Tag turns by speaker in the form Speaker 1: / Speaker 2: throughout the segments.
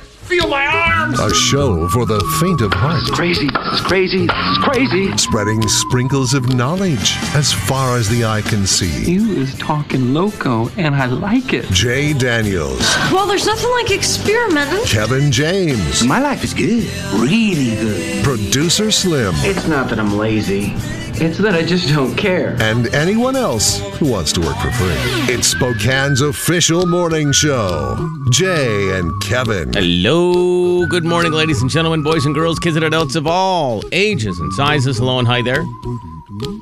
Speaker 1: feel my arms.
Speaker 2: A show for the faint of heart.
Speaker 3: crazy. It's crazy. It's crazy.
Speaker 2: Spreading sprinkles of knowledge as far as the eye can see.
Speaker 4: You is talking loco, and I like it.
Speaker 2: Jay Daniels,
Speaker 5: Well, there's nothing like experimenting.
Speaker 2: Kevin James,
Speaker 3: My life is good. Really good.
Speaker 2: producer Slim,
Speaker 3: It's not that I'm lazy. It's that I just don't care.
Speaker 2: and anyone else who wants to work for free. It's Spokane's official morning show. Jay and Kevin.
Speaker 6: Hello, good morning, ladies and gentlemen, boys and girls, kids and adults of all ages and sizes. Hello and hi there.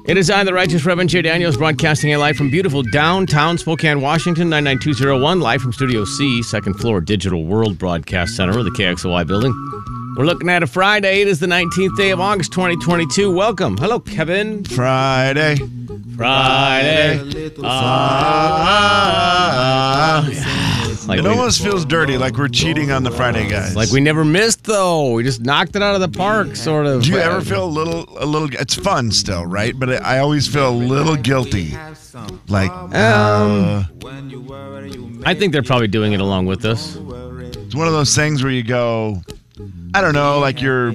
Speaker 6: It is I, the Righteous Reverend Jay Daniels, broadcasting a live from beautiful downtown Spokane, Washington, 99201, live from Studio C, second floor Digital World Broadcast Center of the KXOY building. We're looking at a Friday. It is the 19th day of August, 2022. Welcome. Hello, Kevin.
Speaker 7: Friday.
Speaker 6: Friday. Ah, like
Speaker 7: It
Speaker 6: we-
Speaker 7: almost feels dirty, like we're cheating on the Friday guys.
Speaker 6: Like we never missed though. We just knocked it out of the park, sort of.
Speaker 7: Do you ever feel a little, a little? It's fun still, right? But I I always feel a little guilty. Like, uh,
Speaker 6: I think they're probably doing it along with us.
Speaker 7: it's one of those things where you go, I don't know, like your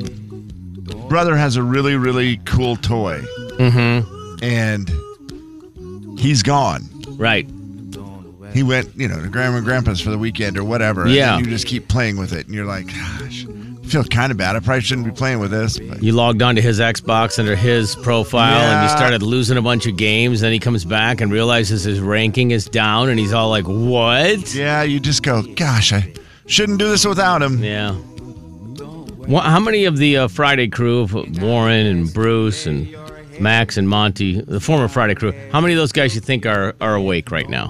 Speaker 7: brother has a really, really cool toy, mm-hmm. and he's gone.
Speaker 6: Right.
Speaker 7: He went, you know, to grandma and grandpa's for the weekend or whatever.
Speaker 6: Yeah.
Speaker 7: And then you just keep playing with it, and you're like, gosh, I feel kind of bad. I probably shouldn't be playing with this. But
Speaker 6: You logged onto his Xbox under his profile and you
Speaker 7: Yeah.
Speaker 6: started losing a bunch of games. Then he comes back and realizes his ranking is down and he's all like, What?
Speaker 7: Yeah, you just go, gosh, I shouldn't do this without him.
Speaker 6: Yeah. Wha how many of the uh, Friday crew, of Warren and Bruce and Max and Monty, the former Friday crew, how many of those guys you think are, are awake right now?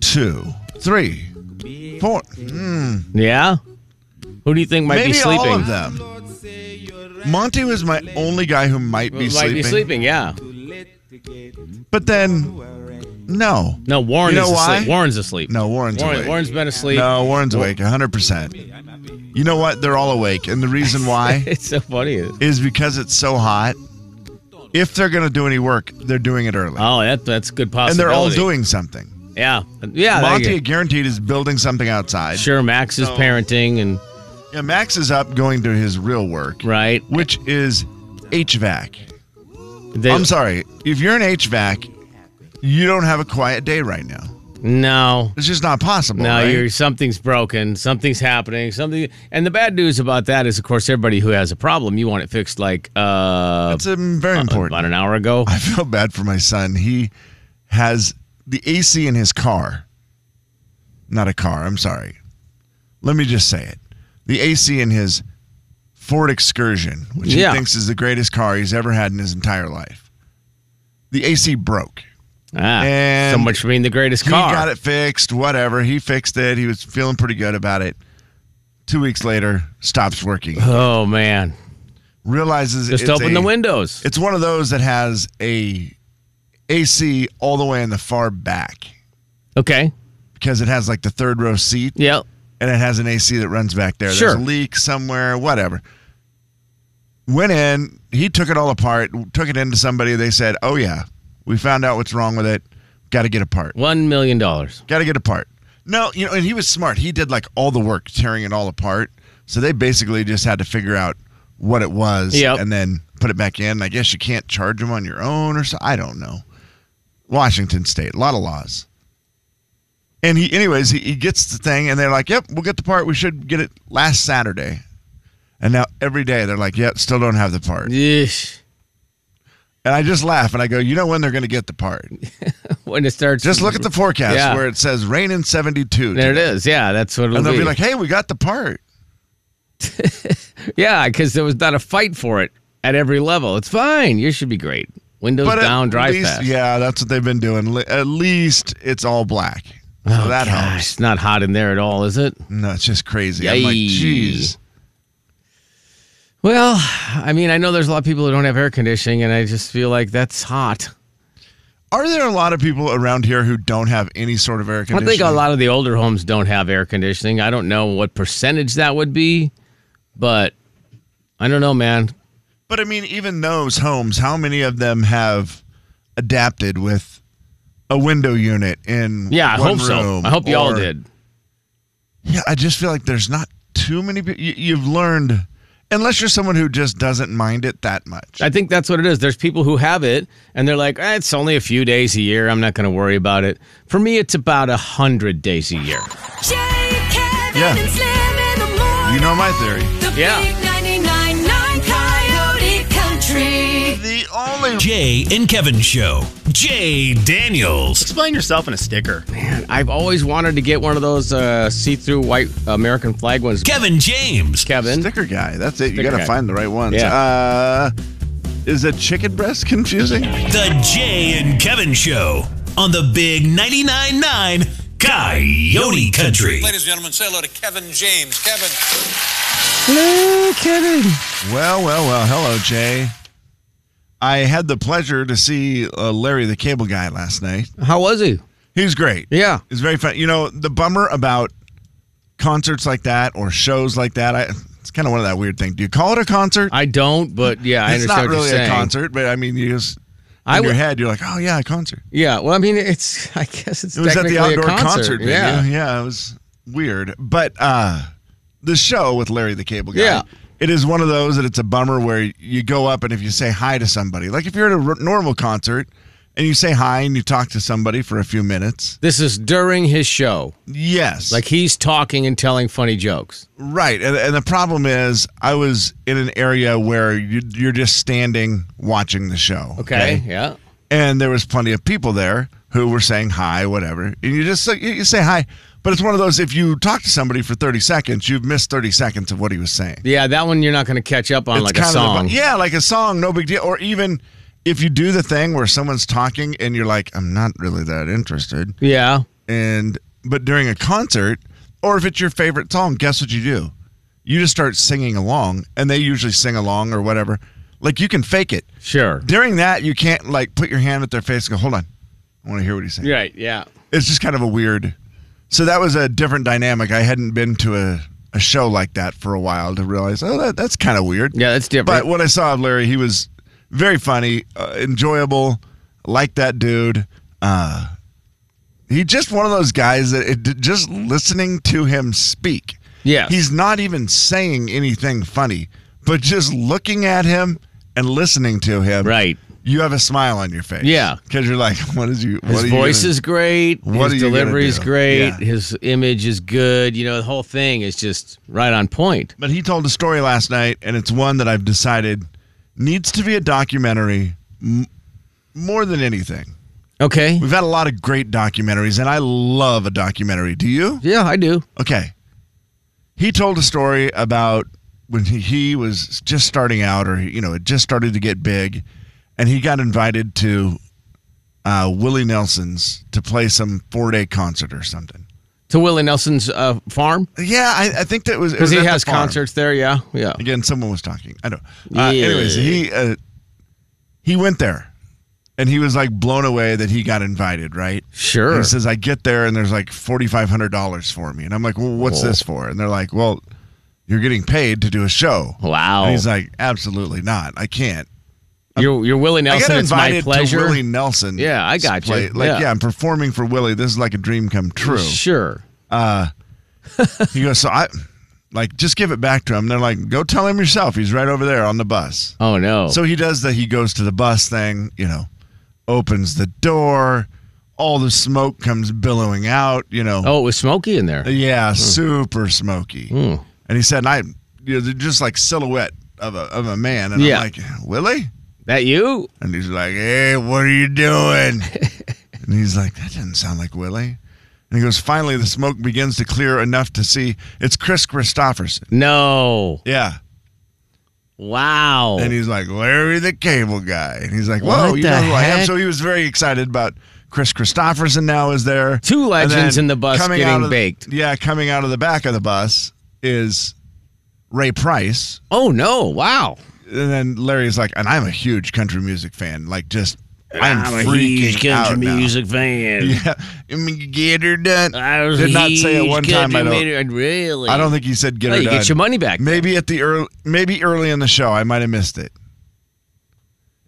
Speaker 7: Two, three, four.
Speaker 6: Yeah? Who do you think might
Speaker 7: Maybe
Speaker 6: be sleeping?
Speaker 7: all of them. Monty was my only guy who might be,
Speaker 6: might
Speaker 7: sleeping,
Speaker 6: be sleeping, yeah.
Speaker 7: But then, no.
Speaker 6: No, Warren
Speaker 7: You know
Speaker 6: is
Speaker 7: why?
Speaker 6: asleep. Warren's asleep.
Speaker 7: No, Warren's
Speaker 6: Warren,
Speaker 7: awake.
Speaker 6: Warren's been asleep.
Speaker 7: no, Warren's awake, 100%. You know what? They're all awake. And the reason why
Speaker 6: It's so funny.
Speaker 7: is because it's so hot. If they're going to do any work, they're doing it early.
Speaker 6: Oh, that, that's a good
Speaker 7: and
Speaker 6: possibility.
Speaker 7: they're all doing something.
Speaker 6: Yeah. Yeah. there you go.
Speaker 7: Monty, guaranteed, is building something outside.
Speaker 6: Sure, Max is parenting and
Speaker 7: Yeah, Max is up going to his real work.
Speaker 6: right.
Speaker 7: which is HVAC.
Speaker 6: They-
Speaker 7: I'm sorry. If you're an HVAC, you don't have a quiet day right now.
Speaker 6: No.
Speaker 7: It's just not possible.
Speaker 6: No,
Speaker 7: right?
Speaker 6: you're something's broken, something's happening, something. And the bad news about that is, of course, everybody who has a problem, you want it fixed like uh,
Speaker 7: It's um, very
Speaker 6: about
Speaker 7: important.
Speaker 6: an hour ago.
Speaker 7: I feel bad for my son. He has the AC in his car. Not a car. I'm sorry. Let me just say it. The AC in his Ford Excursion, which
Speaker 6: Yeah.
Speaker 7: he thinks is the greatest car he's ever had in his entire life. The AC broke.
Speaker 6: Ah, so
Speaker 7: And
Speaker 6: much for being the greatest
Speaker 7: He
Speaker 6: car.
Speaker 7: got it fixed, whatever. He fixed it. He was feeling pretty good about it. Two weeks later, stops working.
Speaker 6: Oh man,
Speaker 7: Realizes
Speaker 6: just
Speaker 7: it's
Speaker 6: open
Speaker 7: a-
Speaker 6: the windows.
Speaker 7: It's one of those that has a AC all the way in the far back
Speaker 6: Okay.
Speaker 7: because it has like the third row seat
Speaker 6: Yeah.
Speaker 7: and it has an AC that runs back there.
Speaker 6: Sure.
Speaker 7: There's a leak somewhere, whatever. Went in, he took it all apart, took it into somebody. They said, "Oh yeah, we found out what's wrong with it. Got to get a part."
Speaker 6: One million dollars.
Speaker 7: Got to get apart. No, you know, and he was smart. He did like all the work tearing it all apart. So they basically just had to figure out what it was
Speaker 6: Yep.
Speaker 7: and then put it back in. I guess you can't charge them on your own or so. I don't know. Washington State, a lot of laws. And he, anyways, he, he gets the thing and they're like, yep, we'll get the part. We should get it last Saturday. And now every day they're like, yep, still don't have the part.
Speaker 6: Yeesh.
Speaker 7: And I just laugh and I go, you know when they're going to get the part?
Speaker 6: When it starts,
Speaker 7: Just look at the forecast
Speaker 6: Yeah.
Speaker 7: where it says rain in 72.
Speaker 6: There it is. Yeah, that's what it'll
Speaker 7: And they'll
Speaker 6: be.
Speaker 7: be like, hey, we got the part.
Speaker 6: yeah, because there was not a fight for it at every level. It's fine. You should be great. Windows
Speaker 7: at
Speaker 6: down, drive
Speaker 7: least-
Speaker 6: fast.
Speaker 7: Yeah, that's what they've been doing. Le- At least it's all black. So
Speaker 6: Oh,
Speaker 7: that
Speaker 6: gosh,
Speaker 7: helps.
Speaker 6: It's not hot in there at all, is it?
Speaker 7: No, it's just crazy. I'm like,
Speaker 6: Yay.
Speaker 7: jeez.
Speaker 6: Well, I mean, I know there's a lot of people who don't have air conditioning, and I just feel like that's hot.
Speaker 7: Are there a lot of people around here who don't have any sort of air
Speaker 6: I
Speaker 7: conditioning?
Speaker 6: think a lot of the older homes don't have air conditioning. I don't know what percentage that would be, but I don't know, man.
Speaker 7: But I mean, even those homes, how many of them have adapted with a window unit in
Speaker 6: Yeah, I
Speaker 7: one
Speaker 6: hope so.
Speaker 7: room
Speaker 6: I hope you all
Speaker 7: or-
Speaker 6: did.
Speaker 7: Yeah, I just feel like there's not too many people. You, you've learned, unless you're someone who just doesn't mind it that much.
Speaker 6: I think that's what it is. There's people who have it and they're like, eh, it's only a few days a year. I'm not going to worry about it. For me, it's about a hundred days a year.
Speaker 8: Jay, Kevin,
Speaker 7: Yeah.
Speaker 8: and Slim in the morning.
Speaker 7: you know my theory.
Speaker 8: The
Speaker 6: Yeah.
Speaker 8: big 99.9 Coyote Country.
Speaker 7: The only
Speaker 9: Jay and Kevin Show. Jay Daniels.
Speaker 10: Explain yourself in a sticker.
Speaker 6: I've always wanted to get one of those uh, see-through white American flag ones.
Speaker 9: Kevin James.
Speaker 6: Kevin,
Speaker 7: sticker guy. That's it. You
Speaker 6: Sticker
Speaker 7: got
Speaker 6: guy.
Speaker 7: to find the right ones.
Speaker 6: Yeah.
Speaker 7: Uh, is a chicken breast confusing?
Speaker 9: The Jay and Kevin Show on the Big 99.9 9 Coyote Country.
Speaker 11: Ladies and gentlemen, say hello to Kevin James. Kevin.
Speaker 7: Well, well, well. Hello, Jay. I had the pleasure to see uh, Larry the Cable Guy last night.
Speaker 6: how was he?
Speaker 7: He's great.
Speaker 6: Yeah.
Speaker 7: It's very fun. You know, the bummer about concerts like that or shows like that, I, it's kind of one of that weird thing. Do you call it a concert?
Speaker 6: I don't, but yeah, I
Speaker 7: it's
Speaker 6: understand
Speaker 7: not
Speaker 6: what
Speaker 7: really
Speaker 6: you're
Speaker 7: a
Speaker 6: saying.
Speaker 7: concert, but I mean, you just in
Speaker 6: I
Speaker 7: your
Speaker 6: would-
Speaker 7: head, you're like, oh yeah, a concert.
Speaker 6: Yeah, well, I mean, it's I guess it's
Speaker 7: It was at
Speaker 6: technically
Speaker 7: the outdoor
Speaker 6: a concert.
Speaker 7: venue.
Speaker 6: yeah,
Speaker 7: yeah, it was weird, but uh, the show with Larry the Cable Guy.
Speaker 6: Yeah.
Speaker 7: It is one of those that it's a bummer where you go up and if you say hi to somebody, like if you're at a r- normal concert and you say hi and you talk to somebody for a few minutes,
Speaker 6: this is during his show.
Speaker 7: yes,
Speaker 6: Like he's talking and telling funny jokes.
Speaker 7: Right, and, and the problem is, I was in an area where you, you're just standing watching the show.
Speaker 6: Okay, yeah,
Speaker 7: and there was plenty of people there who were saying hi, whatever, and you just you you say hi. But it's one of those if you talk to somebody for thirty seconds, you've missed thirty seconds of what he was saying.
Speaker 6: yeah. That one you're not going to catch up on
Speaker 7: It's
Speaker 6: like a
Speaker 7: kind of the bu-
Speaker 6: song.
Speaker 7: yeah, like a song, no big deal. Or even if you do the thing where someone's talking and you're like, I'm not really that interested,
Speaker 6: yeah.
Speaker 7: and but during a concert or if it's your favorite song guess what you do you just start singing along and they usually sing along or whatever like you can fake it
Speaker 6: Sure.
Speaker 7: during that you can't like put your hand at their face and go hold on i want to hear what he's saying
Speaker 6: Right. Yeah.
Speaker 7: it's just kind of a weird so that was a different dynamic i hadn't been to a, a show like that for a while to realize oh that, that's kind of weird
Speaker 6: Yeah. That's different.
Speaker 7: but when I saw Larry, he was very funny, uh, enjoyable. Like that dude. Uh, he just one of those guys that it, just listening to him speak.
Speaker 6: Yes.
Speaker 7: he's not even saying anything funny, but just looking at him and listening to him.
Speaker 6: Right.
Speaker 7: you have a smile on your face.
Speaker 6: Yeah.
Speaker 7: because you're like, what is you?
Speaker 6: His
Speaker 7: what are you
Speaker 6: voice
Speaker 7: gonna-
Speaker 6: is great.
Speaker 7: what
Speaker 6: his
Speaker 7: are you gonna
Speaker 6: delivery is
Speaker 7: do?
Speaker 6: great.
Speaker 7: Yeah.
Speaker 6: His image is good. You know, the whole thing is just right on point.
Speaker 7: But he told a story last night, and it's one that I've decided needs to be a documentary m- more than anything.
Speaker 6: Okay.
Speaker 7: We've had a lot of great documentaries, and I love a documentary. Do you?
Speaker 6: Yeah, I do.
Speaker 7: Okay. He told a story about when he- he was just starting out, or you know, it just started to get big, and he got invited to uh, Willie Nelson's to play some four-day concert or something.
Speaker 6: To Willie Nelson's uh, farm
Speaker 7: Yeah, I, I think that was it
Speaker 6: because
Speaker 7: was
Speaker 6: he
Speaker 7: at the
Speaker 6: has
Speaker 7: farm.
Speaker 6: concerts there. Yeah, yeah.
Speaker 7: Again, someone was talking. I don't. Uh,
Speaker 6: Yeah.
Speaker 7: Anyways, he uh, he went there, and he was like blown away that he got invited. Right.
Speaker 6: Sure.
Speaker 7: He says, I get there and there's like $4,500 for me. And I'm like, well, what's
Speaker 6: Whoa.
Speaker 7: this for? And they're like, well, you're getting paid to do a show.
Speaker 6: Wow.
Speaker 7: And he's like, absolutely not. I can't.
Speaker 6: you're you're Willie
Speaker 7: I
Speaker 6: Nelson.
Speaker 7: got
Speaker 6: It's my
Speaker 7: invited to
Speaker 6: pleasure.
Speaker 7: Willie Nelson.
Speaker 6: Yeah, I gotcha.
Speaker 7: play. Like,
Speaker 6: Yeah.
Speaker 7: yeah. I'm performing for Willie. This is like a dream come true.
Speaker 6: Sure.
Speaker 7: he goes, so I, like, just give it back to him. They're like, go tell him yourself. He's right over there on the bus.
Speaker 6: Oh no.
Speaker 7: So he does the he goes to the bus thing, you know, opens the door, all the smoke comes billowing out, you know.
Speaker 6: oh, Hmm. it was smoky in there.
Speaker 7: Yeah, super smoky. And he said, and I, you know, they're just like silhouette of a of a man. And
Speaker 6: Yeah.
Speaker 7: I'm like, Willie?
Speaker 6: That you?
Speaker 7: And he's like, Hey, what are you doing? and he's like, That doesn't sound like Willie. And he goes, Finally, the smoke begins to clear enough to see it's Chris Christopherson.
Speaker 6: No.
Speaker 7: Yeah.
Speaker 6: Wow.
Speaker 7: And he's like, Larry the Cable Guy. And he's like, Whoa,
Speaker 6: Oh. What
Speaker 7: you
Speaker 6: the
Speaker 7: know who I am.
Speaker 6: heck?
Speaker 7: So he was very excited about Chris Christopherson now is there.
Speaker 6: Two
Speaker 7: And
Speaker 6: legends
Speaker 7: then
Speaker 6: in the bus
Speaker 7: coming
Speaker 6: getting
Speaker 7: out of-
Speaker 6: baked.
Speaker 7: Yeah, coming out of the back of the bus is Ray Price.
Speaker 6: oh no. Wow.
Speaker 7: And then Larry's like, and I'm a huge country music fan, like just I'm,
Speaker 6: a
Speaker 7: freaking
Speaker 6: huge country
Speaker 7: out now.
Speaker 6: music fan.
Speaker 7: Yeah, I mean, get her done.
Speaker 6: I was
Speaker 7: Did
Speaker 6: a
Speaker 7: not say it
Speaker 6: huge
Speaker 7: one time. I
Speaker 6: country
Speaker 7: don't.
Speaker 6: music- Really?
Speaker 7: I don't think he said get
Speaker 6: Well,
Speaker 7: her
Speaker 6: you
Speaker 7: done.
Speaker 6: get your money back.
Speaker 7: Maybe at the early, maybe early in the show, I might have missed it.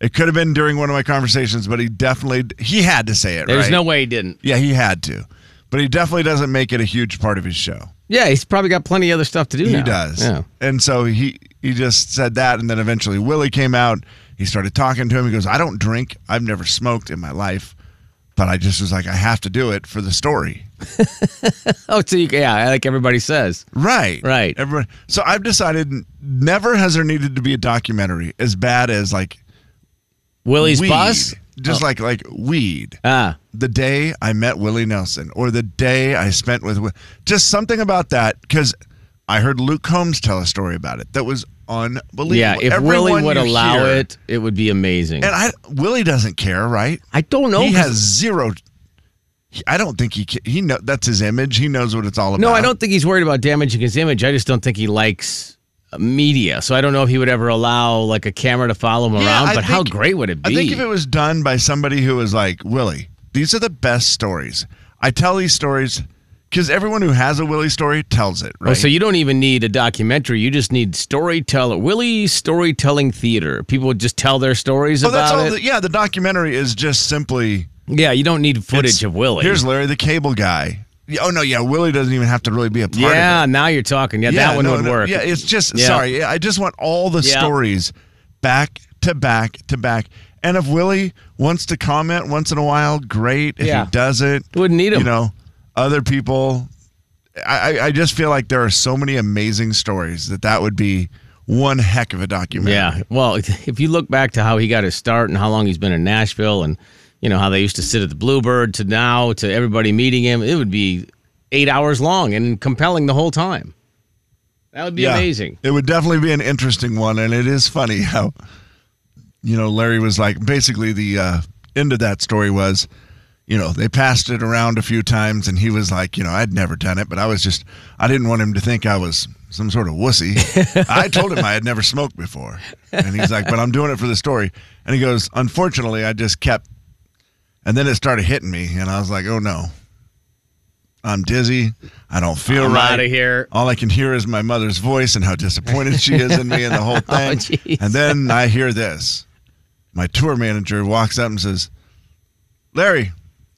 Speaker 7: It could have been during one of my conversations, but he definitely he had to say it.
Speaker 6: There's
Speaker 7: right?
Speaker 6: no way he didn't.
Speaker 7: Yeah, he had to, but he definitely doesn't make it a huge part of his show.
Speaker 6: Yeah, he's probably got plenty of other stuff to do.
Speaker 7: He
Speaker 6: now.
Speaker 7: does.
Speaker 6: Yeah.
Speaker 7: And so he he just said that, and then eventually Willie came out. He started talking to him. He goes, "I don't drink. I've never smoked in my life, but I just was like, I have to do it for the story."
Speaker 6: Oh, so you, yeah, like everybody says.
Speaker 7: Right.
Speaker 6: Right.
Speaker 7: Everybody. So I've decided never has there needed to be a documentary as bad as like
Speaker 6: Willie's
Speaker 7: weed.
Speaker 6: bus.
Speaker 7: Just like like weed.
Speaker 6: Ah,
Speaker 7: the day I met Willie Nelson or the day I spent with Wi- just something about that because I heard Luke Combs tell a story about it that was unbelievable.
Speaker 6: yeah. If Willie
Speaker 7: Everyone
Speaker 6: would
Speaker 7: you
Speaker 6: allow
Speaker 7: hear-
Speaker 6: it, it would be amazing.
Speaker 7: and I Willie doesn't care, right?
Speaker 6: I don't know.
Speaker 7: he
Speaker 6: 'cause-
Speaker 7: has zero. he- I don't think he ca- he know that's his image. He knows what it's all about.
Speaker 6: No, I don't think he's worried about damaging his image. I just don't think he likes uh, media. So I don't know if he would ever allow like a camera to follow him
Speaker 7: Yeah,
Speaker 6: around.
Speaker 7: I
Speaker 6: But how
Speaker 7: think-
Speaker 6: great would it be?
Speaker 7: I think if it was done by somebody who was like, Willie, these are the best stories. I tell these stories because everyone who has a Willie story tells it, right?
Speaker 6: Oh, so you don't even need a documentary. You just need storyteller. Willie storytelling theater. People would just tell their stories
Speaker 7: Oh,
Speaker 6: about it.
Speaker 7: The, yeah, the documentary is just simply
Speaker 6: yeah, you don't need footage
Speaker 7: it's-
Speaker 6: of Willie.
Speaker 7: Here's Larry the Cable Guy. Yeah, Oh no, yeah, Willie doesn't even have to really be a part
Speaker 6: yeah,
Speaker 7: of it.
Speaker 6: now you're talking. Yeah, that one
Speaker 7: no,
Speaker 6: would
Speaker 7: no,
Speaker 6: work.
Speaker 7: Yeah, it's just
Speaker 6: Yeah.
Speaker 7: sorry. yeah, I just want all the
Speaker 6: Yeah.
Speaker 7: stories back to back to back. And if Willie wants to comment once in a while, great. If
Speaker 6: Yeah.
Speaker 7: he doesn't,
Speaker 6: Wouldn't need him.
Speaker 7: You know, other people. I, I- I just feel like there are so many amazing stories that that would be one heck of a documentary.
Speaker 6: Yeah. Well, if you look back to how he got his start and how long he's been in Nashville and, you know, how they used to sit at the Bluebird to now to everybody meeting him, it would be eight hours long and compelling the whole time. That would be
Speaker 7: Yeah.
Speaker 6: amazing.
Speaker 7: It would definitely be an interesting one, and it is funny how, you know, Larry was like basically the uh, end of that story was, you know, they passed it around a few times, and he was like, you know, I'd never done it, but I was just, I didn't want him to think I was some sort of wussy. I told him I had never smoked before, and he's like, but I'm doing it for the story, and he goes, unfortunately, I just kept, and then it started hitting me, and I was like, oh no. I'm dizzy. I don't feel
Speaker 6: I'm
Speaker 7: right.
Speaker 6: outta here.
Speaker 7: All I can hear is my mother's voice and how disappointed she is in me and the whole thing.
Speaker 6: Oh, jeez.
Speaker 7: and then I hear this. My tour manager walks up and says, Larry,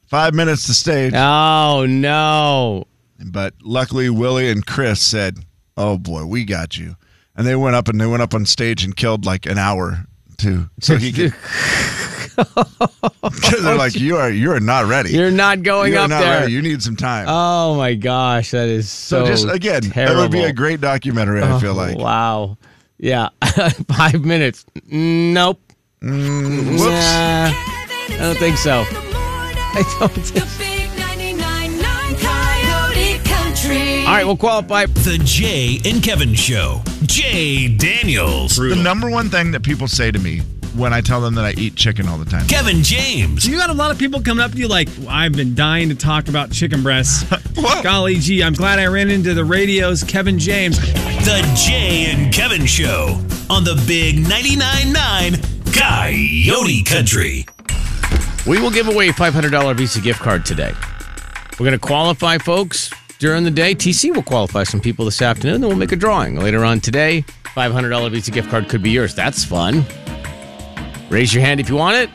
Speaker 7: five minutes to stage.
Speaker 6: Oh, no.
Speaker 7: But luckily, Willie and Chris said, Oh boy, we got you. And they went up and they went up on stage and killed like an hour to so he could. 'Cause they're like, You are you are not ready.
Speaker 6: You're not going
Speaker 7: You are
Speaker 6: up
Speaker 7: not
Speaker 6: there.
Speaker 7: ready. You need some time.
Speaker 6: Oh, my gosh. That is so.
Speaker 7: so, just again,
Speaker 6: Oh, terrible.
Speaker 7: that would be a great documentary, I feel
Speaker 6: Oh,
Speaker 7: like.
Speaker 6: Wow. Yeah. Five minutes. Nope.
Speaker 7: Mm, Whoops.
Speaker 6: Nah,
Speaker 8: I
Speaker 6: don't think so. I don't
Speaker 8: The big 99.9 Coyote Country.
Speaker 6: All right, we'll qualify.
Speaker 9: The Jay and Kevin Show. Jay Daniels.
Speaker 7: The number one thing that people say to me when I tell them that I eat chicken all the time.
Speaker 9: Kevin James.
Speaker 10: You got a lot of people coming up to you like, I've been dying to talk about chicken breasts. Golly gee, I'm glad I ran into the radio's Kevin James.
Speaker 9: The Jay and Kevin Show on the Big 99.9 Coyote Country.
Speaker 6: We will give away a $500 Visa gift card today. We're going to qualify folks during the day. TC will qualify some people this afternoon, then we'll make a drawing later on today. $500 Visa gift card could be yours. That's fun. Raise your hand if you want it.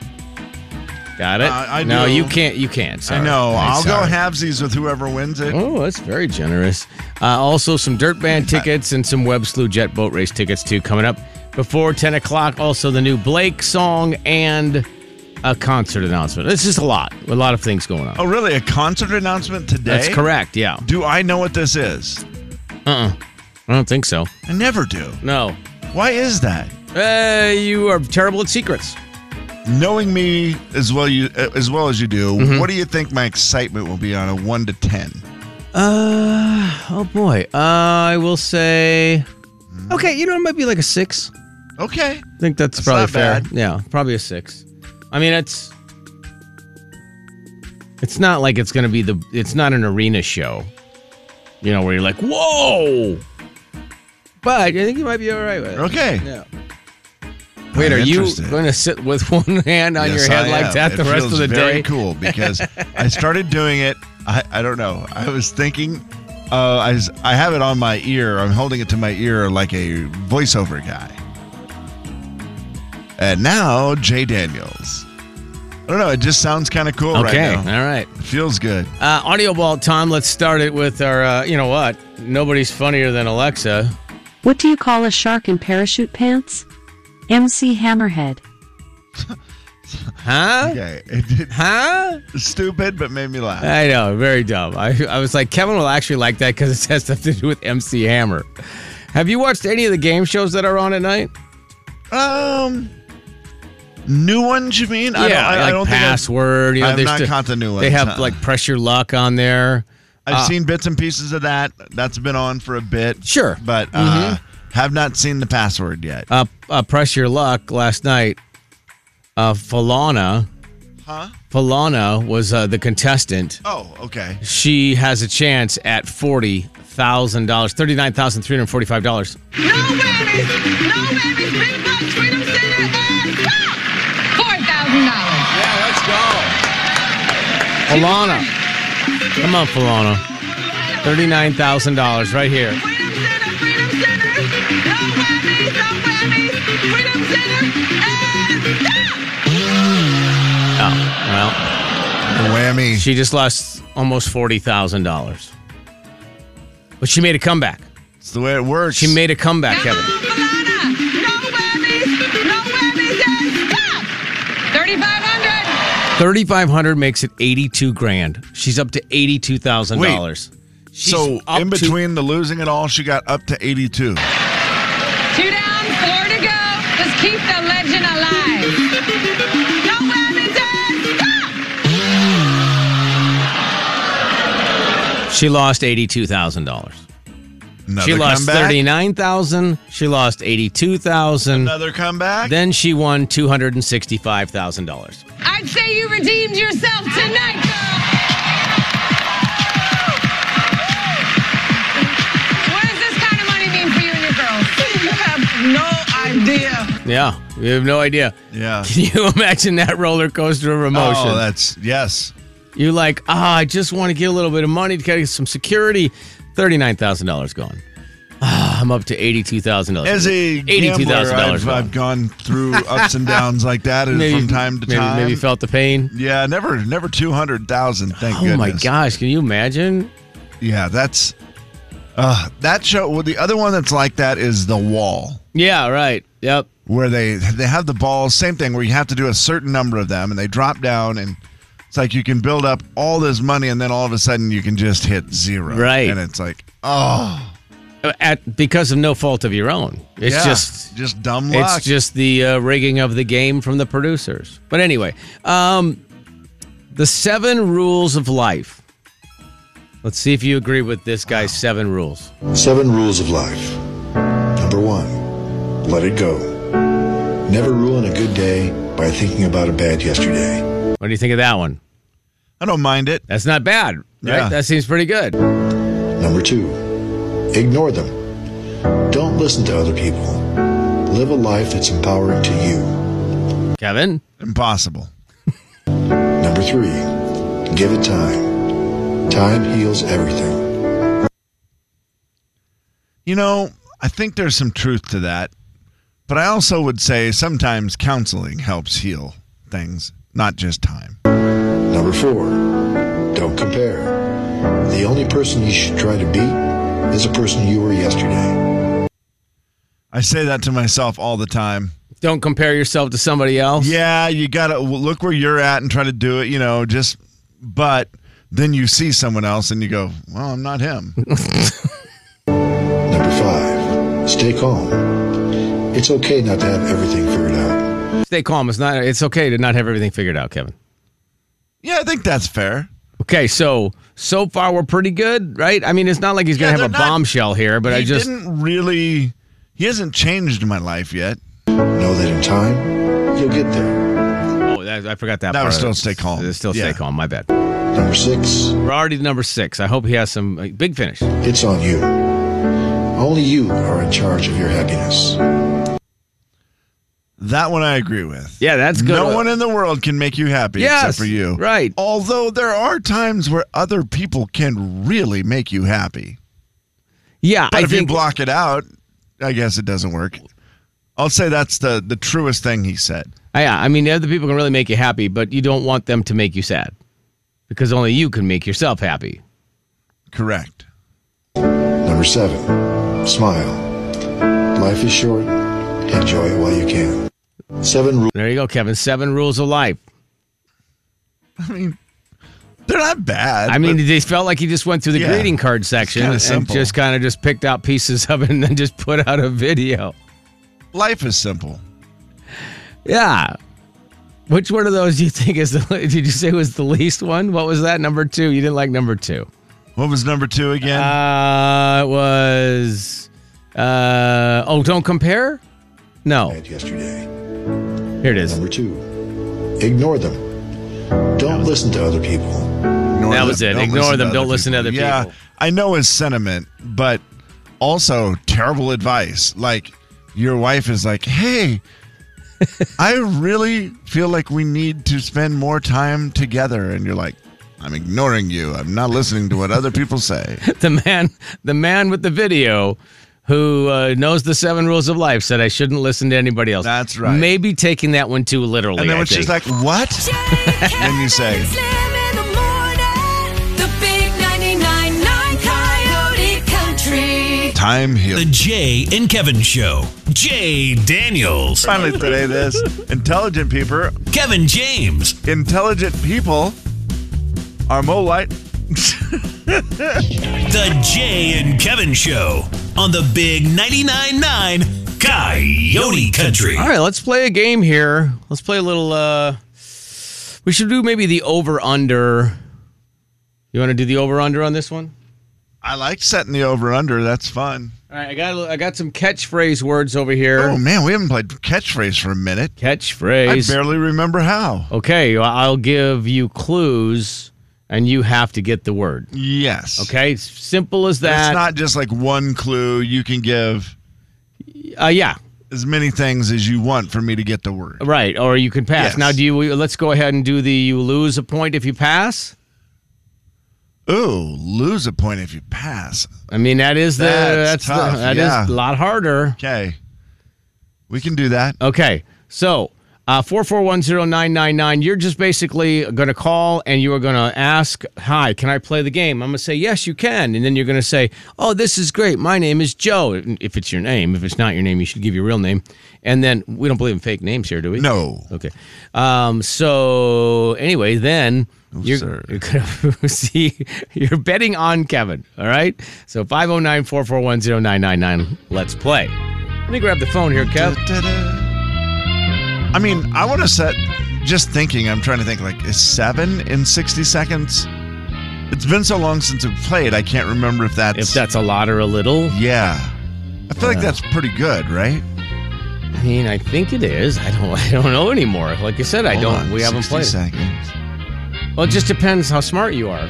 Speaker 6: Got it.
Speaker 7: Uh, I
Speaker 6: no,
Speaker 7: do.
Speaker 6: you can't. You can't.
Speaker 7: I
Speaker 6: Sorry.
Speaker 7: know.
Speaker 6: I'm
Speaker 7: I'll
Speaker 6: sorry.
Speaker 7: go halvesies with whoever wins it.
Speaker 6: Oh, that's very generous. Uh, also, some dirt band tickets and some Web Slew Jet Boat Race tickets, too, coming up before 10 o'clock. Also, the new Blake song and a concert announcement. It's just a lot, a lot of things going on.
Speaker 7: Oh, really? A concert announcement today?
Speaker 6: That's correct, yeah.
Speaker 7: Do I know what this is?
Speaker 6: I don't think so.
Speaker 7: I never do.
Speaker 6: No.
Speaker 7: Why is that?
Speaker 6: Uh, you are terrible at secrets.
Speaker 7: Knowing me as well you uh, as well as you do,
Speaker 6: Mm-hmm.
Speaker 7: what do you think my excitement will be on a one to ten?
Speaker 6: Uh, oh boy. Uh, I will say, okay, you know, it might be like a six.
Speaker 7: Okay.
Speaker 6: I think that's,
Speaker 7: That's
Speaker 6: probably
Speaker 7: not
Speaker 6: fair.
Speaker 7: bad.
Speaker 6: Yeah, probably a six. I mean, it's it's not like it's going to be the. It's not an arena show, you know, where you're like, whoa. But I think you might be all right with it.
Speaker 7: Okay.
Speaker 6: Yeah. Wait, are you
Speaker 7: interested.
Speaker 6: going to sit with one hand on your
Speaker 7: Yes,
Speaker 6: head
Speaker 7: I
Speaker 6: like
Speaker 7: am.
Speaker 6: that the
Speaker 7: It
Speaker 6: rest of
Speaker 7: feels
Speaker 6: the day?
Speaker 7: very Cool, because I started doing it. I, I don't know. I was thinking. Uh, I s- I have it on my ear. I'm holding it to my ear like a voiceover guy. And now Jay Daniels. I don't know. It just sounds kind of cool
Speaker 6: Okay,
Speaker 7: right now.
Speaker 6: All right.
Speaker 7: feels good.
Speaker 6: Uh, audio ball, Tom. Let's start it with our. Uh, you know what? Nobody's funnier than Alexa.
Speaker 12: What do you call a shark in parachute pants? MC Hammerhead.
Speaker 6: Huh?
Speaker 7: Okay. It did,
Speaker 6: huh?
Speaker 7: Stupid, but made me laugh.
Speaker 6: I know, very dumb. I, I was like, Kevin will actually like that because it has stuff to do with MC Hammer. Have you watched any of the game shows that are on at night?
Speaker 7: Um, new ones you mean?
Speaker 6: Yeah,
Speaker 7: I don't, I,
Speaker 6: like
Speaker 7: I don't
Speaker 6: password.
Speaker 7: Think I've,
Speaker 6: you know,
Speaker 7: I've
Speaker 6: there's
Speaker 7: not
Speaker 6: the-
Speaker 7: caught the new ones.
Speaker 6: They have
Speaker 7: huh?
Speaker 6: like press your luck on there.
Speaker 7: I've
Speaker 6: Uh,
Speaker 7: seen bits and pieces of that. That's been on for a bit.
Speaker 6: Sure. Mm-hmm.
Speaker 7: But uh, have not seen the password yet.
Speaker 6: uh, uh, press your luck last night. Uh, Falana,
Speaker 7: Huh?
Speaker 6: Falana was uh, the contestant.
Speaker 7: Oh, okay.
Speaker 6: She has a chance at forty thousand dollars, thirty nine thousand three hundred forty five dollars.
Speaker 8: $4,000.
Speaker 6: Yeah, let's go. Falana, come on, Falana, thirty nine thousand dollars right here.
Speaker 7: Oh, well. whammy.
Speaker 6: She just lost almost $40,000. But she made a comeback.
Speaker 7: It's the way it works.
Speaker 6: She made a comeback, Kevin. Thirty-five hundred makes it eighty-two grand. She's up to eighty-two thousand dollars.
Speaker 7: so
Speaker 6: up
Speaker 7: in
Speaker 6: to-
Speaker 7: between the losing and all, she got up to 82.
Speaker 8: Two down, four to go. Just keep the legend alive. No whammies, Dad. Stop.
Speaker 6: She lost eighty-two thousand dollars.
Speaker 7: Another
Speaker 6: She lost
Speaker 7: comeback.
Speaker 6: thirty-nine thousand. She lost eighty-two thousand.
Speaker 7: Another comeback.
Speaker 6: Then she won two hundred and sixty-five thousand dollars.
Speaker 8: I'd say you redeemed yourself tonight, girl. What does this kind of money mean for you and your girls? You have no idea.
Speaker 6: Yeah, you have no idea.
Speaker 7: Yeah.
Speaker 6: Can you imagine that roller coaster of emotion?
Speaker 7: Oh, that's yes.
Speaker 6: You're like, ah, I just want to get a little bit of money to get some security. Thirty-nine thousand dollars gone. Ah, I'm up to eighty-two thousand dollars.
Speaker 7: As a
Speaker 6: eighty-two
Speaker 7: gambler,
Speaker 6: thousand dollars.
Speaker 7: I've, I've gone through ups and downs like that and
Speaker 6: Maybe-
Speaker 7: from time to
Speaker 6: maybe-
Speaker 7: time.
Speaker 6: maybe felt the pain.
Speaker 7: Yeah, never, never two hundred thousand. Thank
Speaker 6: Oh
Speaker 7: goodness.
Speaker 6: my gosh! Can you imagine?
Speaker 7: Yeah, that's uh, that show. Well, the other one that's like that is The Wall,
Speaker 6: Yeah. Right. Yep.
Speaker 7: where they they have the balls. Same thing, where you have to do a certain number of them, and they drop down, and it's like you can build up all this money, and then all of a sudden you can just hit zero.
Speaker 6: Right.
Speaker 7: and it's like, oh,
Speaker 6: At because of no fault of your own. It's
Speaker 7: yeah,
Speaker 6: just
Speaker 7: just dumb luck.
Speaker 6: It's just the uh, rigging of the game from the producers. But anyway, um, the seven rules of life. Let's see if you agree with this guy's seven rules.
Speaker 13: Seven rules of life. Number one, let it go. Never ruin a good day by thinking about a bad yesterday.
Speaker 6: What do you think of that one?
Speaker 7: I don't mind it.
Speaker 6: That's not bad, right?
Speaker 13: Yeah.
Speaker 6: That seems pretty good.
Speaker 13: Number two, ignore them. Don't listen to other people. Live a life that's empowering to you.
Speaker 6: Kevin?
Speaker 7: Impossible.
Speaker 13: Number three, give it time. Time heals everything.
Speaker 7: You know, I think there's some truth to that, but I also would say sometimes counseling helps heal things, not just time.
Speaker 13: Number four, don't compare. The only person you should try to beat is the person you were yesterday.
Speaker 7: I say that to myself all the time.
Speaker 6: Don't compare yourself to somebody else.
Speaker 7: Yeah, you got to look where you're at and try to do it, you know, just, but then you see someone else and you go, well, I'm not him.
Speaker 13: Number five, stay calm. It's okay not to have everything figured out.
Speaker 6: Stay calm. It's not it's okay to not have everything figured out, Kevin.
Speaker 7: yeah, I think that's fair.
Speaker 6: Okay, so so far we're pretty good, right? I mean, it's not like he's
Speaker 7: Yeah,
Speaker 6: gonna
Speaker 7: they're
Speaker 6: have a
Speaker 7: not-
Speaker 6: bombshell here, but
Speaker 7: he
Speaker 6: I just
Speaker 7: didn't really, he hasn't changed my life yet.
Speaker 13: Know that in time, you'll get there.
Speaker 6: oh, that, I forgot that.
Speaker 7: That
Speaker 6: part
Speaker 7: was
Speaker 6: of
Speaker 7: still
Speaker 6: it.
Speaker 7: stay calm.
Speaker 6: Still stay
Speaker 7: Yeah.
Speaker 6: calm. My bad.
Speaker 13: Number six,
Speaker 6: We're already to number six. I hope he has some uh, big finish.
Speaker 13: it's on you. Only you are in charge of your happiness.
Speaker 7: That one I agree with.
Speaker 6: Yeah, that's good.
Speaker 7: No one in the world can make you happy
Speaker 6: Yes,
Speaker 7: except for you.
Speaker 6: Right.
Speaker 7: Although there are times where other people can really make you happy.
Speaker 6: Yeah.
Speaker 7: But
Speaker 6: I
Speaker 7: if you
Speaker 6: think-
Speaker 7: block it out, I guess it doesn't work. I'll say that's the, the truest thing he said.
Speaker 6: Yeah, I mean, other people can really make you happy, but you don't want them to make you sad because only you can make yourself happy.
Speaker 7: Correct.
Speaker 13: Number seven, smile. Life is short. Enjoy it while you can. Seven rules.
Speaker 6: There you go, Kevin. Seven rules of life.
Speaker 7: I mean, they're not bad.
Speaker 6: I mean, they felt like he just went through the
Speaker 7: Yeah.
Speaker 6: greeting card section
Speaker 7: kinda
Speaker 6: and
Speaker 7: simple.
Speaker 6: just kind of just picked out pieces of it and then just put out a video.
Speaker 7: Life is simple.
Speaker 6: Yeah. Which one of those do you think is the? Did you say was the least one? What was that number two? You didn't like number two.
Speaker 7: What was number two again?
Speaker 6: Uh, it was. Uh, oh, don't compare. No.
Speaker 13: Yesterday.
Speaker 6: Here it is.
Speaker 13: Number two, ignore them. Don't listen to other people.
Speaker 7: Ignore
Speaker 6: That
Speaker 7: them.
Speaker 6: was it.
Speaker 7: Don't
Speaker 6: Ignore
Speaker 7: listen
Speaker 6: them.
Speaker 7: to
Speaker 6: Don't listen to other
Speaker 7: Yeah,
Speaker 6: people.
Speaker 7: I know his sentiment, but also terrible advice. Like your wife is like, "Hey, I really feel like we need to spend more time together," and you're like, "I'm ignoring you. I'm not listening to what other people say."
Speaker 6: the man the man with the video who uh, knows the seven rules of life said I shouldn't listen to anybody else. That's
Speaker 7: right.
Speaker 6: Maybe taking that one too literally.
Speaker 7: And then
Speaker 6: I
Speaker 7: when she's
Speaker 6: think.
Speaker 7: like, "What?" then you say,
Speaker 8: The big 99.9 Coyote Country.
Speaker 7: "Time heals."
Speaker 9: The Jay and Kevin Show. Jay Daniels.
Speaker 7: Finally today, this intelligent people.
Speaker 9: Kevin James.
Speaker 7: Intelligent people are more light.
Speaker 9: The Jay and Kevin Show on the Big 99.9 Coyote Country.
Speaker 6: All right, let's play a game here. Let's play a little uh we should do maybe the over under. You want to do the over under on this one?
Speaker 7: I like setting the over under. That's fun.
Speaker 6: All right, I got I got some catchphrase words over here.
Speaker 7: Oh man, we haven't played catchphrase for a minute.
Speaker 6: Catchphrase.
Speaker 7: I barely remember how.
Speaker 6: Okay, I'll give you clues and you have to get the word.
Speaker 7: Yes.
Speaker 6: Okay, s- simple as that.
Speaker 7: It's not just like one clue. You can give
Speaker 6: uh, yeah.
Speaker 7: as many things as you want for me to get the word.
Speaker 6: Right, or you can pass.
Speaker 7: Yes.
Speaker 6: Now, do you? Let's go ahead and do the. You lose a point if you pass.
Speaker 7: Ooh, lose a point if you pass.
Speaker 6: I mean, that is the.
Speaker 7: That's
Speaker 6: That's,
Speaker 7: tough,
Speaker 6: the, that is
Speaker 7: yeah.
Speaker 6: a lot harder.
Speaker 7: Okay, we can do that.
Speaker 6: Okay, so uh, four four one zero nine nine nine. You're just basically going to call and you are going to ask, "Hi, can I play the game?" I'm going to say, "Yes, you can," and then you're going to say, "Oh, this is great. My name is Joe." If it's your name, if it's not your name, you should give your real name. And then we don't believe in fake names here, do we?
Speaker 7: No.
Speaker 6: Okay. Um, so anyway, then you're, you're gonna see you're betting on Kevin. All right. So 509-441-0999. Let's play. Let me grab the phone here, Kev.
Speaker 7: I mean, I want to set. Just thinking, I'm trying to think. Like, is seven in sixty seconds? It's been so long since I've played. I can't remember if that's
Speaker 6: If that's a lot or a little.
Speaker 7: Yeah. I feel like
Speaker 6: Yeah.
Speaker 7: that's pretty good, right?
Speaker 6: I mean, I think it is. I don't I don't know anymore. Like I said, I
Speaker 7: Hold
Speaker 6: don't
Speaker 7: on,
Speaker 6: we haven't
Speaker 7: 60
Speaker 6: played. it.
Speaker 7: Seconds.
Speaker 6: Well, it just depends how smart you are.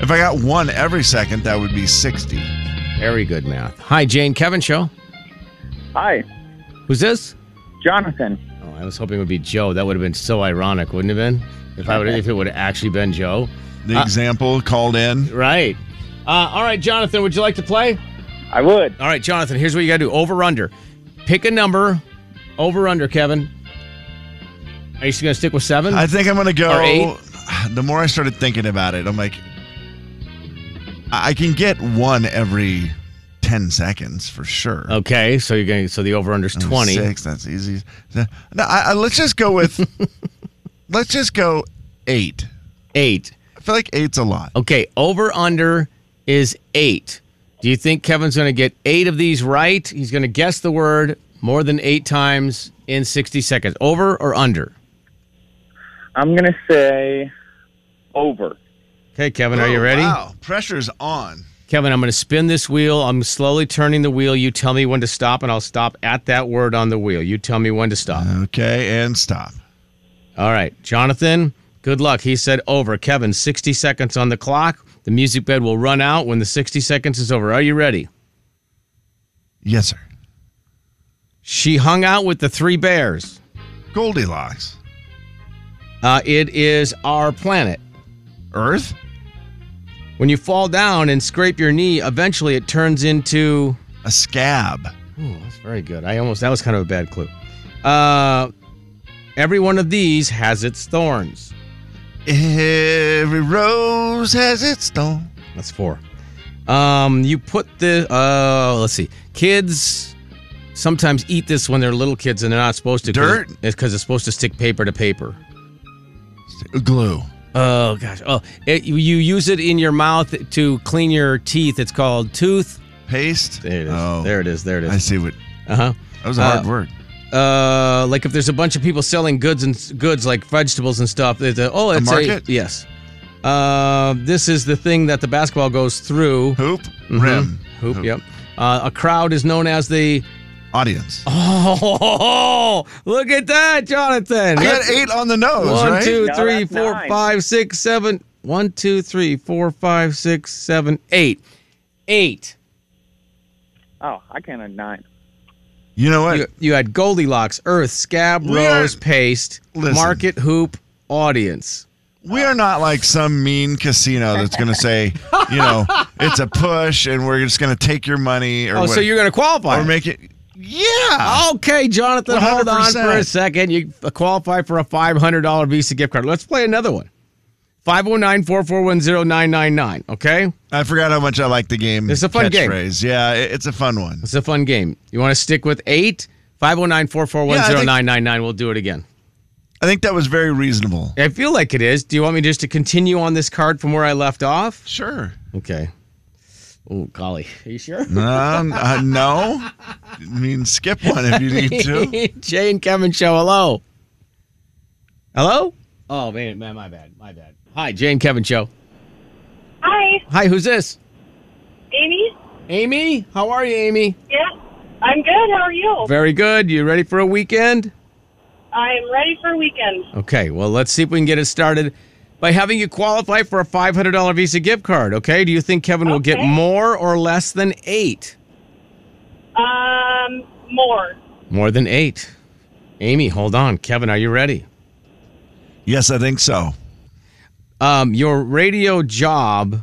Speaker 7: If I got one every second, that would be 60.
Speaker 6: Very good math. Hi, Jane Kevin Show.
Speaker 14: Hi,
Speaker 6: Who's this?
Speaker 14: Jonathan.
Speaker 6: Oh, I was hoping it would be Joe. That would have been so ironic, wouldn't it have been? If I would if it would have actually been Joe.
Speaker 7: The
Speaker 6: Uh,
Speaker 7: example called in.
Speaker 6: Right. Uh, all right, Jonathan, would you like to play?
Speaker 14: I would.
Speaker 6: All right, Jonathan, here's what you got to do over under. Pick a number. Over under, Kevin. Are you just going to stick with seven?
Speaker 7: I think I'm going to go.
Speaker 6: Or eight?
Speaker 7: The more I started thinking about it, I'm like, I I can get one every 10 seconds for sure.
Speaker 6: Okay, so you're going so the over under is 20.
Speaker 7: Six, that's easy. No, I, I, let's just go with, let's just go eight.
Speaker 6: Eight.
Speaker 7: I feel like eight's a lot.
Speaker 6: Okay, over under is eight. Do you think Kevin's going to get eight of these right? He's going to guess the word more than eight times in 60 seconds. Over or under?
Speaker 14: I'm going to say over.
Speaker 6: Okay, Kevin, are you
Speaker 7: Oh,
Speaker 6: ready?
Speaker 7: Wow, pressure's on.
Speaker 6: Kevin, I'm going to spin this wheel. I'm slowly turning the wheel. You tell me when to stop, and I'll stop at that word on the wheel. You tell me when to stop.
Speaker 7: Uh-huh. Okay, and stop.
Speaker 6: All right, Jonathan, good luck. He said over. Kevin, 60 seconds on the clock. The music bed will run out when the 60 seconds is over. Are you ready?
Speaker 7: Yes, sir.
Speaker 6: She hung out with the three bears.
Speaker 7: Goldilocks.
Speaker 6: Uh, it is our planet,
Speaker 7: Earth.
Speaker 6: When you fall down and scrape your knee, eventually it turns into
Speaker 7: a scab.
Speaker 6: Ooh, that's very good. I almost that was kind of a bad clue. Uh, every one of these has its thorns.
Speaker 7: Every rose has its thorn.
Speaker 6: That's four. Um, you put the uh, let's see, kids sometimes eat this when they're little kids and they're not supposed to. 'cause-
Speaker 7: Dirt?
Speaker 6: It's because it's supposed to stick paper to paper.
Speaker 7: Glue.
Speaker 6: Oh gosh. Oh, it, you you use it in your mouth to clean your teeth. It's called tooth
Speaker 7: paste.
Speaker 6: There it is. There it is. There it is.
Speaker 7: Oh. I see what.
Speaker 6: Uh-huh.
Speaker 7: That was a hard word.
Speaker 6: Uh, like if there's a bunch of people selling goods and goods like vegetables and stuff. It's a, oh,
Speaker 7: A
Speaker 6: it's
Speaker 7: market?
Speaker 6: yes. Uh, this is the thing that the basketball goes through.
Speaker 7: Hoop,
Speaker 6: rim, mm-hmm. hoop, Yep. Uh, a crowd is known as the
Speaker 7: audience.
Speaker 6: Oh, look at that, Jonathan!
Speaker 7: I got
Speaker 6: Let's-
Speaker 7: eight on the nose,
Speaker 6: One,
Speaker 7: right?
Speaker 6: two,
Speaker 7: No,
Speaker 6: three,
Speaker 7: that's
Speaker 6: four,
Speaker 7: nine.
Speaker 6: five, six, seven. One, two, three, four, five, six, seven, eight. Eight.
Speaker 14: Oh, I can't have nine.
Speaker 7: You know what?
Speaker 6: You, had Goldilocks, Earth, Scab,
Speaker 7: We are-
Speaker 6: Rose, Paste,
Speaker 7: Listen.
Speaker 6: Market, Hoop, Audience.
Speaker 7: We are not like some mean casino that's going to say, you know, it's a push and we're just going to take your money or
Speaker 6: oh, so
Speaker 7: what-
Speaker 6: you're Oh. going to qualify.
Speaker 7: or make it
Speaker 6: yeah. Okay, Jonathan, hold on for a
Speaker 7: 100%.
Speaker 6: second. You qualify for a $500 Visa gift card. Let's play another one. 509-441-0999, okay?
Speaker 7: I forgot how much I like the game.
Speaker 6: It's a fun game.
Speaker 7: catchphrase. Yeah, it- it's a fun one.
Speaker 6: It's a fun game. You want to stick with oh 8? 509-441-0999. We'll do it again.
Speaker 7: I think that was very reasonable.
Speaker 6: I feel like it is. Do you want me just to continue on this card from where I left off?
Speaker 7: Sure.
Speaker 6: Okay. Oh, golly. Are you sure?
Speaker 7: No, uh, no. I mean, skip one if you need to.
Speaker 6: Jay and Kevin show. Hello. Hello? Oh, man, man, my bad. My bad. Hi, Jay and Kevin show.
Speaker 15: Hi,
Speaker 6: Hi, who's this?
Speaker 15: Amy.
Speaker 6: Amy? How are you, Amy?
Speaker 15: Yeah, I'm good. How are you?
Speaker 6: Very good. You ready for a weekend?
Speaker 15: I'm ready for weekend.
Speaker 6: Okay, well, let's see if we can get it started by having you qualify for a $500 Visa gift card, okay? Do you think Kevin will get
Speaker 15: Okay.
Speaker 6: more or less than eight?
Speaker 15: Um, more.
Speaker 6: More than eight. Amy, hold on. Kevin, are you ready?
Speaker 7: Yes, I think so.
Speaker 6: Um, your radio job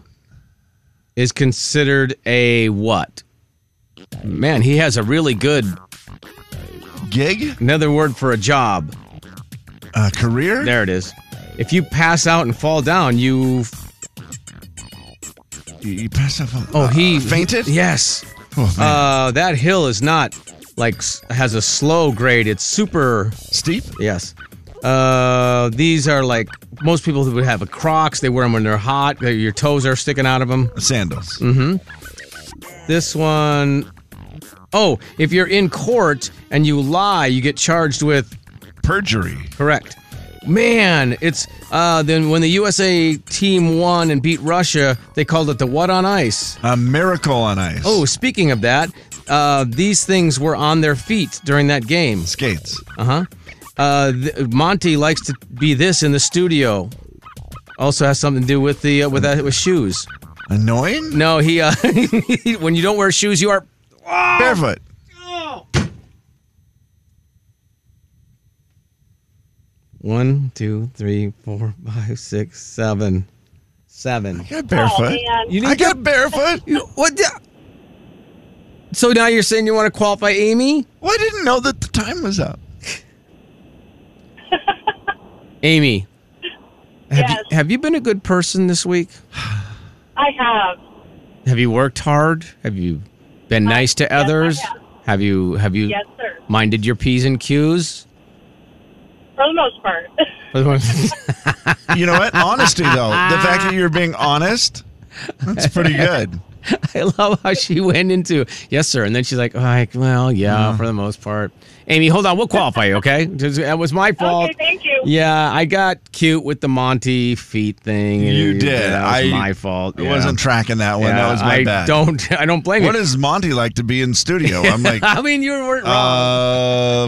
Speaker 6: is considered a what? Man, he has a really good
Speaker 7: gig.
Speaker 6: Another word for a job.
Speaker 7: A career?
Speaker 6: There it is. If you pass out and fall down, you.
Speaker 7: You, you pass out. From,
Speaker 6: oh, he
Speaker 7: uh, fainted? Oh,
Speaker 6: Yes. uh, that hill is not like s- has a slow grade. It's super
Speaker 7: steep.
Speaker 6: Yes. Uh, these are like most people would have a Crocs. They wear them when they're hot. Their- Your toes are sticking out of them.
Speaker 7: Sandals.
Speaker 6: Mm-hmm. This one oh, if you're in court and you lie, you get charged with
Speaker 7: perjury.
Speaker 6: Correct. Man, it's uh, then when the USA team won and beat Russia, they called it the what on ice?
Speaker 7: A miracle on ice.
Speaker 6: Oh, speaking of that, uh, these things were on their feet during that game.
Speaker 7: Skates.
Speaker 6: Uh-huh. Uh th- Monty likes to be this in the studio. Also has something to do with the uh, with that with shoes.
Speaker 7: Annoying?
Speaker 6: No, he uh, when you don't wear shoes, you are
Speaker 7: barefoot.
Speaker 6: One, two, three, four, five, six, seven, seven. I
Speaker 7: got barefoot. Oh, man. I got barefoot.
Speaker 6: You, what? The, so now you're saying you want to qualify Amy?
Speaker 7: Well, I didn't know that the time was up.
Speaker 6: Amy, have you have you been a good person this week?
Speaker 15: I have.
Speaker 6: Have you worked hard? Have you been nice to others? Have you have you
Speaker 15: Yes, sir.
Speaker 6: minded your p's and q's?
Speaker 15: For the most part.
Speaker 7: You know what? Honesty, though. The fact that you're being honest, that's pretty good.
Speaker 6: I love how she went into yes, sir, and then she's like, like, well, yeah, for the most part. Amy, hold on, we'll qualify you, okay? Just- That was my fault.
Speaker 15: Okay, thank you.
Speaker 6: Yeah, I got cute with the Monty feet thing.
Speaker 7: You did.
Speaker 6: That was
Speaker 7: I-
Speaker 6: my fault.
Speaker 7: I
Speaker 6: yeah.
Speaker 7: wasn't tracking that one.
Speaker 6: Yeah,
Speaker 7: that was my
Speaker 6: I
Speaker 7: bad.
Speaker 6: Don't. I don't blame you.
Speaker 7: What does Monty like to be in studio? I'm like,
Speaker 6: I mean, you weren't wrong.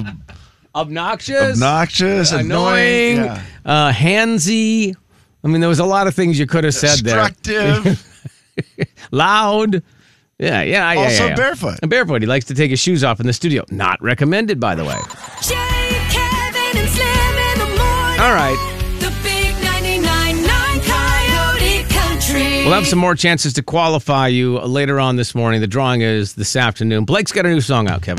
Speaker 7: uh,
Speaker 6: obnoxious,
Speaker 7: obnoxious,
Speaker 6: annoying,
Speaker 7: annoying, yeah.
Speaker 6: uh, handsy. I mean, there was a lot of things you could have said there.
Speaker 7: destructive.
Speaker 6: Loud. Yeah, yeah, yeah.
Speaker 7: Also
Speaker 6: yeah, yeah.
Speaker 7: barefoot.
Speaker 6: And barefoot. He likes to take his shoes off in the studio. Not recommended, by the way.
Speaker 8: Jay, Kevin, and Slim in the morning.
Speaker 6: All right.
Speaker 8: The big 99.9 Coyote Country.
Speaker 6: We'll have some more chances to qualify you later on this morning. The drawing is this afternoon. Blake's got a new song out, Kevin.